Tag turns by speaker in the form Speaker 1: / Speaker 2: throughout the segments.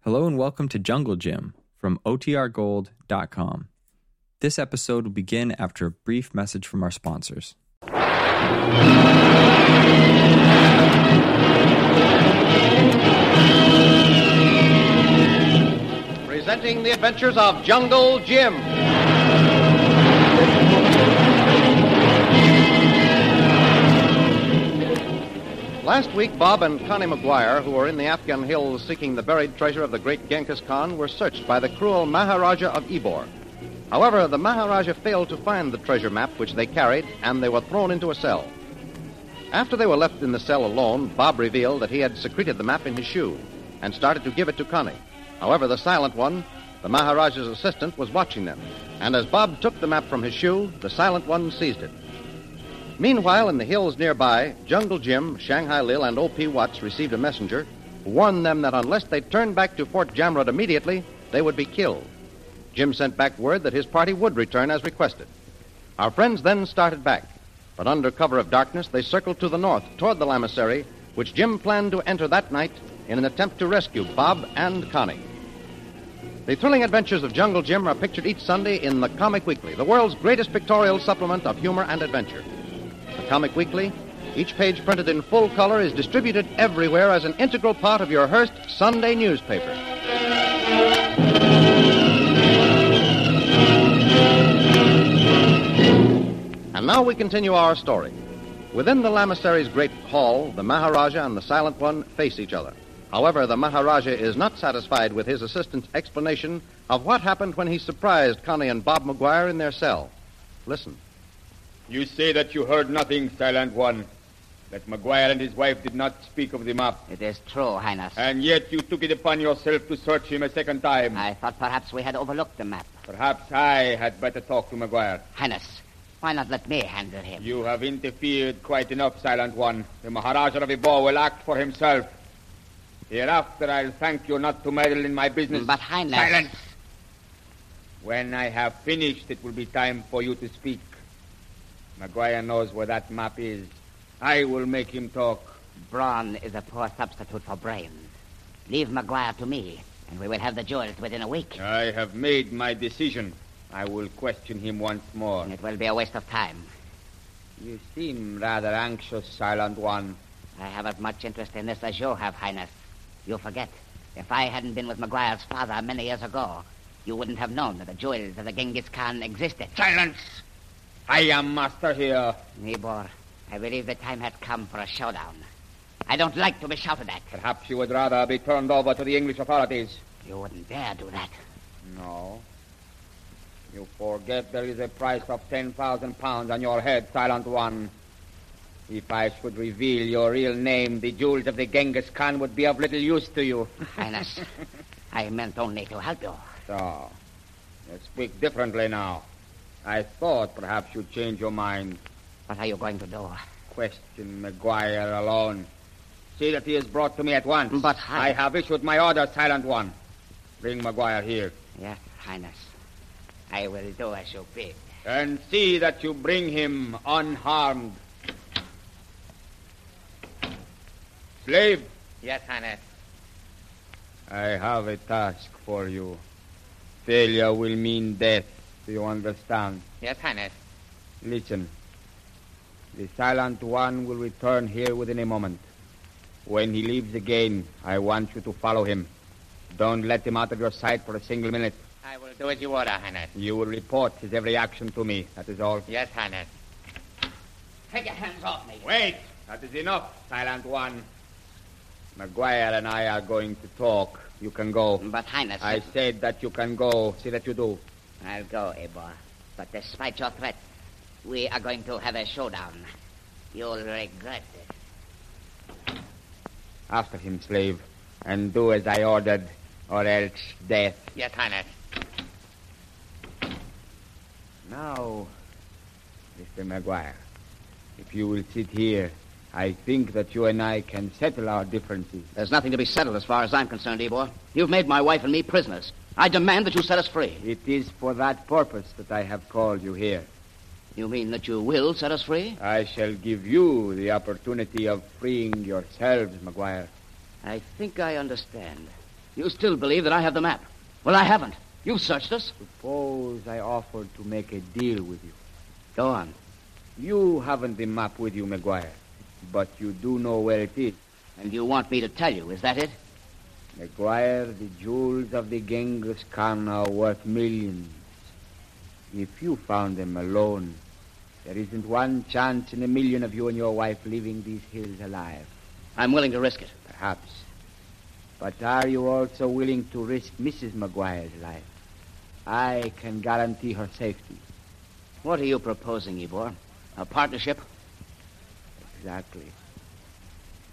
Speaker 1: Hello and welcome to Jungle Gym from OTRGold.com. This episode will begin after a brief message from our sponsors.
Speaker 2: Presenting the adventures of Jungle Jim. Last week, Bob and Connie McGuire, who were in the Afghan hills seeking the buried treasure of the great Genghis Khan, were searched by the cruel Maharaja of Ebor. However, the Maharaja failed to find the treasure map which they carried, and they were thrown into a cell. After they were left in the cell alone, Bob revealed that he had secreted the map in his shoe and started to give it to Connie. However, the silent one, the Maharaja's assistant, was watching them, and as Bob took the map from his shoe, the silent one seized it. Meanwhile, in the hills nearby, Jungle Jim, Shanghai Lil, and O.P. Watts received a messenger who warned them that unless they turned back to Fort Jamrud immediately, they would be killed. Jim sent back word that his party would return as requested. Our friends then started back, but under cover of darkness, they circled to the north toward the Lamasery, which Jim planned to enter that night in an attempt to rescue Bob and Connie. The thrilling adventures of Jungle Jim are pictured each Sunday in the Comic Weekly, the world's greatest pictorial supplement of humor and adventure. The Comic Weekly, each page printed in full color, is distributed everywhere as an integral part of your Hearst Sunday newspaper. And now we continue our story. Within the Lamasery's great hall, the Maharaja and the Silent One face each other. However, the Maharaja is not satisfied with his assistant's explanation of what happened when he surprised Connie and Bob McGuire in their cell. Listen.
Speaker 3: You say that you heard nothing, Silent One. That McGuire and his wife did not speak of the map.
Speaker 4: It is true, Highness.
Speaker 3: And yet you took it upon yourself to search him a second time.
Speaker 4: I thought perhaps we had overlooked the map.
Speaker 3: Perhaps I had better talk to McGuire.
Speaker 4: Highness, why not let me handle him?
Speaker 3: You have interfered quite enough, Silent One. The Maharaja of Ibor will act for himself. Hereafter, I'll thank you not to meddle in my business.
Speaker 4: But, Highness.
Speaker 3: Silence! When I have finished, it will be time for you to speak. McGuire knows where that map is. I will make him talk.
Speaker 4: Brawn is a poor substitute for brains. Leave McGuire to me, and we will have the jewels within a week.
Speaker 3: I have made my decision. I will question him once more.
Speaker 4: It will be a waste of time.
Speaker 3: You seem rather anxious, Silent One.
Speaker 4: I have as much interest in this as you have, Highness. You forget. If I hadn't been with McGuire's father many years ago, you wouldn't have known that the jewels of the Genghis Khan existed.
Speaker 3: Silence! I am master here.
Speaker 4: Nibor, I believe the time has come for a showdown. I don't like to be shouted at.
Speaker 3: Perhaps you would rather be turned over to the English authorities.
Speaker 4: You wouldn't dare do that.
Speaker 3: No. You forget there is a price of 10,000 pounds on your head, Silent One. If I should reveal your real name, the jewels of the Genghis Khan would be of little use to you.
Speaker 4: Highness, I meant only to help you.
Speaker 3: So, you speak differently now. I thought perhaps you'd change your mind.
Speaker 4: What are you going to do?
Speaker 3: Question McGuire alone. See that he is brought to me at once.
Speaker 4: But I-
Speaker 3: I have issued my order, Silent One. Bring McGuire here.
Speaker 4: Yes, Highness. I will do as you bid.
Speaker 3: And see that you bring him unharmed. Slave,
Speaker 4: Yes, Highness.
Speaker 3: I have a task for you. Failure will mean death. Do you understand?
Speaker 4: Yes, Highness.
Speaker 3: Listen. The Silent One will return here within a moment. When he leaves again, I want you to follow him. Don't let him out of your sight for a single minute.
Speaker 4: I will do as you order, Highness.
Speaker 3: You will report his every action to me. That is all.
Speaker 4: Yes, Highness. Take your hands off me.
Speaker 3: Wait! That is enough, Silent One. McGuire and I are going to talk. You can go.
Speaker 4: But, Highness,
Speaker 3: I said that you can go. See that you do.
Speaker 4: I'll go, Ebor. But despite your threat, we are going to have a showdown. You'll regret it.
Speaker 3: After him, slave. And do as I ordered, or else death.
Speaker 4: Yes, Highness.
Speaker 3: Now, Mr. Maguire, if you will sit here, I think that you and I can settle our differences.
Speaker 5: There's nothing to be settled as far as I'm concerned, Ebor. You've made my wife and me prisoners. I demand that you set us free.
Speaker 3: It is for that purpose that I have called you here.
Speaker 5: You mean that you will set us free?
Speaker 3: I shall give you the opportunity of freeing yourselves, Maguire.
Speaker 5: I think I understand.
Speaker 4: You still believe that I have the map. Well, I haven't. You've searched us.
Speaker 3: Suppose I offered to make a deal with you.
Speaker 4: Go on.
Speaker 3: You haven't the map with you, McGuire, but you do know where it is.
Speaker 4: And you want me to tell you, is that it?
Speaker 3: McGuire, the jewels of the Genghis Khan are worth millions. If you found them alone, there isn't one chance in a million of you and your wife leaving these hills alive,
Speaker 4: I'm willing to risk it.
Speaker 3: perhaps. But are you also willing to risk Mrs. McGuire's life? I can guarantee her safety.
Speaker 4: What are you proposing, Ebor? A partnership?
Speaker 3: Exactly.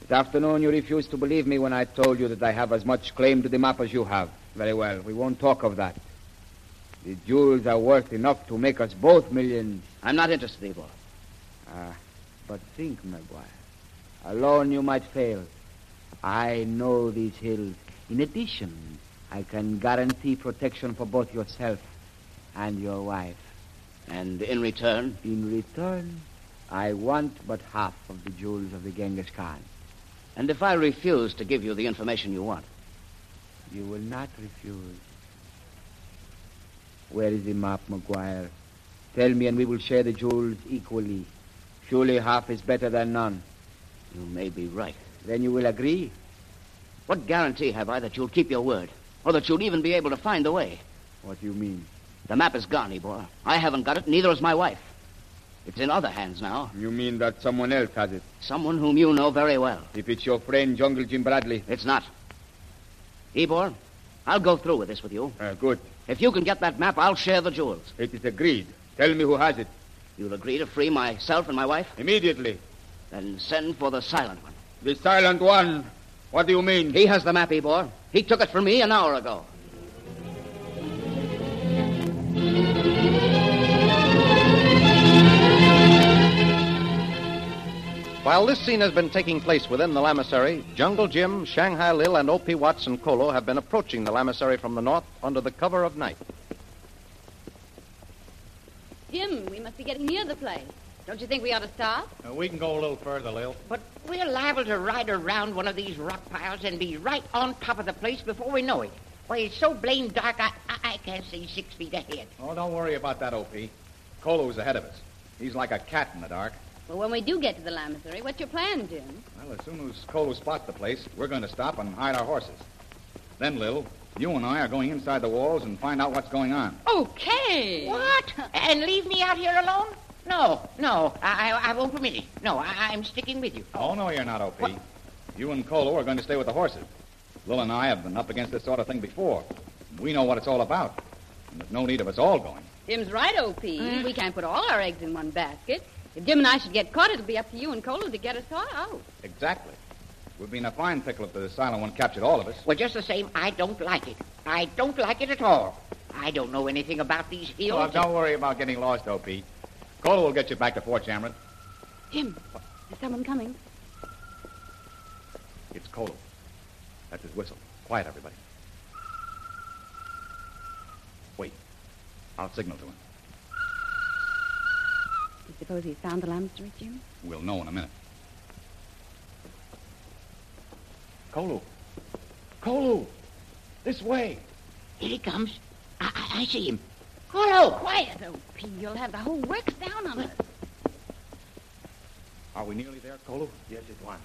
Speaker 3: This afternoon, you refused to believe me when I told you that I have as much claim to the map as you have. Very well, we won't talk of that. The jewels are worth enough to make us both millions.
Speaker 4: I'm not interested, Ebor.
Speaker 3: Ah, but think, Maguire. Alone you might fail. I know these hills. In addition, I can guarantee protection for both yourself and your wife.
Speaker 4: And in return,
Speaker 3: In return, I want but half of the jewels of the Genghis Khan.
Speaker 4: and if I refuse to give you the information you want,
Speaker 3: You will not refuse. Where is the map, McGuire? Tell me, and we will share the jewels equally. Surely half is better than none.
Speaker 4: you may be right.
Speaker 3: Then you will agree.
Speaker 4: What guarantee have I that you'll keep your word? Or that you'll even be able to find the way?
Speaker 3: What do you mean?
Speaker 4: The map is gone, Ebor. I haven't got it, neither has my wife. It's in other hands now.
Speaker 3: You mean that someone else has it?
Speaker 4: Someone whom you know very well.
Speaker 3: If it's your friend, Jungle Jim Bradley.
Speaker 4: It's not. Ebor, I'll go through with this with you.
Speaker 3: Uh, good.
Speaker 4: If you can get that map, I'll share the jewels.
Speaker 3: It is agreed. Tell me who has it.
Speaker 4: You'll agree to free myself and my wife?
Speaker 3: Immediately.
Speaker 4: Then send for the silent one.
Speaker 3: The silent one. What do you mean?
Speaker 4: He has the map, Ebor. He took it from me an hour ago.
Speaker 6: While this scene has been taking place within the Lamasery, Jungle Jim, Shanghai Lil, and O.P. Watson Colo have been approaching the Lamasery from the north under the cover of night.
Speaker 7: Jim, we must be getting near the place. Don't you think we ought to stop?
Speaker 2: Uh, we can go a little further, Lil.
Speaker 8: But we're liable to ride around one of these rock piles and be right on top of the place before we know it. Why, it's so blame dark, I, I, I can't see six feet ahead.
Speaker 2: Oh, don't worry about that, OP. Colo's ahead of us. He's like a cat in the dark.
Speaker 7: Well, when we do get to the lamasery, what's your plan, Jim?
Speaker 2: Well, as soon as Colo spots the place, we're going to stop and hide our horses. Then, Lil, you and I are going inside the walls and find out what's going on.
Speaker 7: Okay.
Speaker 8: What? And leave me out here alone? No, no, I, I- I won't permit it. No, I, I'm sticking with you.
Speaker 2: Oh, no, you're not, OP. You and Colo are going to stay with the horses. Lil and I have been up against this sort of thing before. We know what it's all about. And there's no need of us all going.
Speaker 7: Jim's right, O.P. We can't put all our eggs in one basket. If Jim and I should get caught, it'll be up to you and Colo to get us all out.
Speaker 2: Exactly. We'd be in a fine pickle if the silent one captured all of us.
Speaker 8: Well, just the same, I don't like it. I don't like it at all. I don't know anything about these hills.
Speaker 2: Well, don't worry about getting lost, OP. Colo will get you back to Fort Shamron.
Speaker 7: Jim, there's someone coming.
Speaker 2: It's Colo. That's his whistle. Quiet, everybody. Wait. I'll signal to him.
Speaker 7: Do you suppose he's found the lamasery, Jim?
Speaker 2: We'll know in a minute. Colo. Colo. This way.
Speaker 8: Here he comes. I, I, I see him.
Speaker 7: Colo! Quiet, O.P. You'll have the whole works down on us.
Speaker 2: Are we nearly there, Colo? Yes, it one.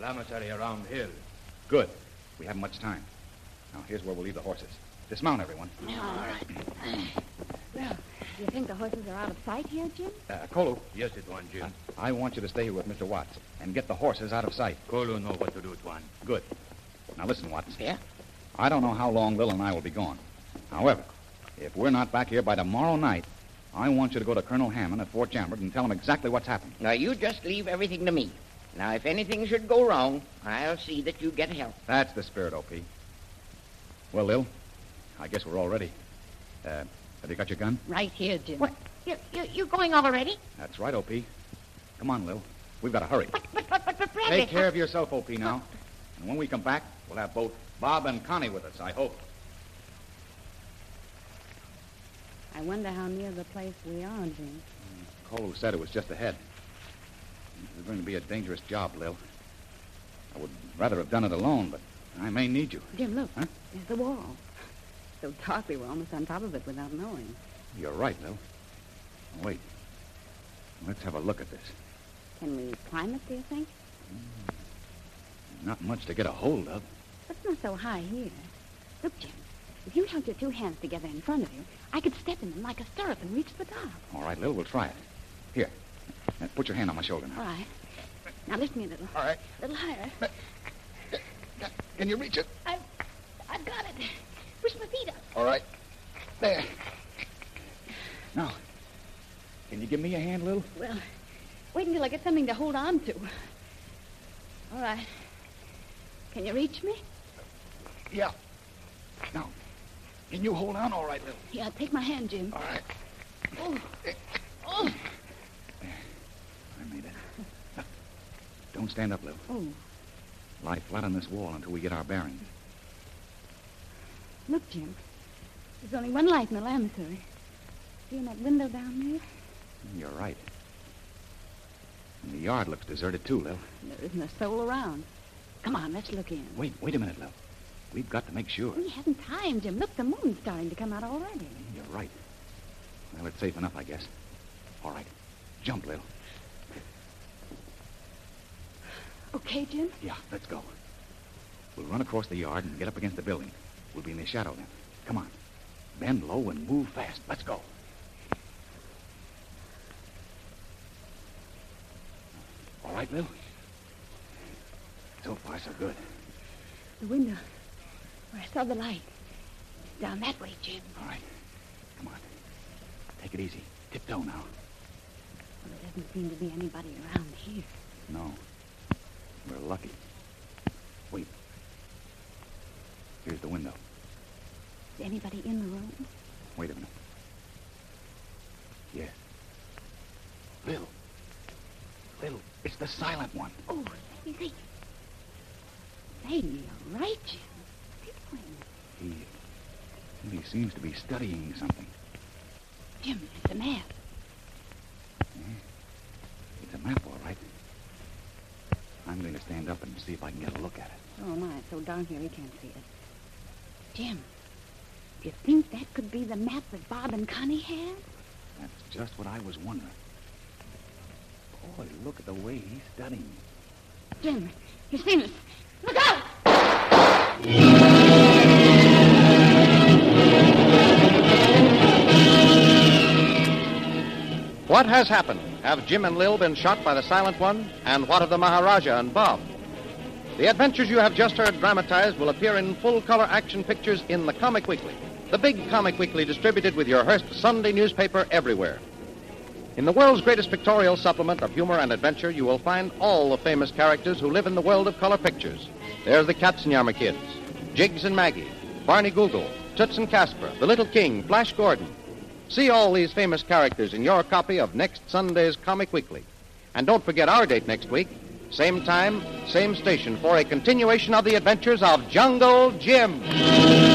Speaker 2: Lamasery around hill. Good. We haven't much time. Now, here's where we'll leave the horses. Dismount, everyone.
Speaker 7: Well, do you think the horses are out of sight here, Jim?
Speaker 2: Uh, Colo. Yes, it one, Jim. I want you to stay here with Mr. Watts and get the horses out of sight. Colo know what to do, Tuan. Good. Now, listen, Watts.
Speaker 8: Yeah?
Speaker 2: I don't know how long Lil and I will be gone. However, if we're not back here by tomorrow night, I want you to go to Colonel Hammond at Fort Chambord and tell him exactly what's happened.
Speaker 8: Now, you just leave everything to me. Now, if anything should go wrong, I'll see that you get help.
Speaker 2: That's the spirit, O.P. Well, Lil, I guess we're all ready. Uh, have you got your gun?
Speaker 7: Right here, Jim.
Speaker 8: What? You, you, you going already?
Speaker 2: That's right, O.P. Come on, Lil. We've got to hurry.
Speaker 8: But, but, but, but, but Bradley...
Speaker 2: Take care of yourself, O.P. now. And when we come back, we'll have both Bob and Connie with us, I hope.
Speaker 7: I wonder how near the place we are, Jim.
Speaker 2: Cole said it was just ahead. This is going to be a dangerous job, Lil. I would rather have done it alone, but
Speaker 8: I may need you.
Speaker 7: Jim, look.
Speaker 8: Huh?
Speaker 7: There's the wall. So dark we were almost on top of it without knowing.
Speaker 8: You're right, Lil. Wait. Let's have a look at this.
Speaker 7: Can we climb it, do you think?
Speaker 8: Not much to get a hold of.
Speaker 7: But it's not so high here. Look, Jim. If you held your two hands together in front of you, I could step in them like a stirrup and reach the top.
Speaker 8: All right, Lil, we'll try it. Here. Now, put your hand on my shoulder
Speaker 7: All
Speaker 8: now.
Speaker 7: right. Now lift me a little.
Speaker 8: All right.
Speaker 7: A little higher.
Speaker 8: Can you reach it?
Speaker 7: I've, I've got it. Push my feet up.
Speaker 8: All right. There. Now, can you give me a hand, Lil?
Speaker 7: Well, wait until I get something to hold on to. All right. Can you reach me?
Speaker 8: Yeah. Now, can you hold on all right, Lil?
Speaker 7: Yeah, take my hand, Jim.
Speaker 8: All right.
Speaker 7: Oh. Oh.
Speaker 8: I made it. Now, Don't stand up, Lil.
Speaker 7: Oh,
Speaker 8: Lie flat on this wall until we get our bearings.
Speaker 7: look, Jim. There's only one light in the laboratory. See in that window down there?
Speaker 8: You're right. And the yard looks deserted, too, Lil.
Speaker 7: There isn't a soul around. Come on, let's look in.
Speaker 8: Wait, wait a minute, Lil. We've got to make sure.
Speaker 7: We haven't time, Jim. Look, the moon's starting to come out already.
Speaker 8: You're right. Well, it's safe enough, I guess. All right. Jump, Lil.
Speaker 7: Okay, Jim?
Speaker 8: Yeah, let's go. We'll run across the yard and get up against the building. We'll be in the shadow then. Come on. Bend low and move fast. Let's go. All right, Lil? So far, so good.
Speaker 7: The window where I saw the light. It's down that way, Jim.
Speaker 8: All right. Come on. Take it easy. Tiptoe now.
Speaker 7: Well, there doesn't seem to be anybody around here.
Speaker 8: No. We're lucky. Wait. Here's the window.
Speaker 7: Is anybody in the room?
Speaker 8: Wait a minute. Yeah. Lil. Lil, it's the silent one.
Speaker 7: Oh, say, say. Say, you're right, Jim. What's he doing?
Speaker 8: He. He seems to be studying something.
Speaker 7: Jim, it's a map.
Speaker 8: It's a map, all right. I'm going to stand up and see if I can get a look at it.
Speaker 7: Oh, my, it's so dark here he can't see it. Jim, do you think that could be the map that Bob and Connie had?
Speaker 8: That's just what I was wondering. Boy, look at the way he's studying.
Speaker 7: Jim, he's seen us. Look out!
Speaker 2: What has happened? Have Jim and Lil been shot by the Silent One? And what of the Maharaja and Bob? The adventures you have just heard dramatized will appear in full color action pictures in the Comic Weekly, the big comic weekly distributed with your Hearst Sunday newspaper everywhere. In the world's greatest pictorial supplement of humor and adventure, you will find all the famous characters who live in the world of color pictures. There's the Katzenjammer Kids, Jiggs and Maggie, Barney Google, Toots and Casper, The Little King, Flash Gordon. See all these famous characters in your copy of next Sunday's Comic Weekly. And don't forget our date next week, same time, same station, for a continuation of the adventures of Jungle Jim.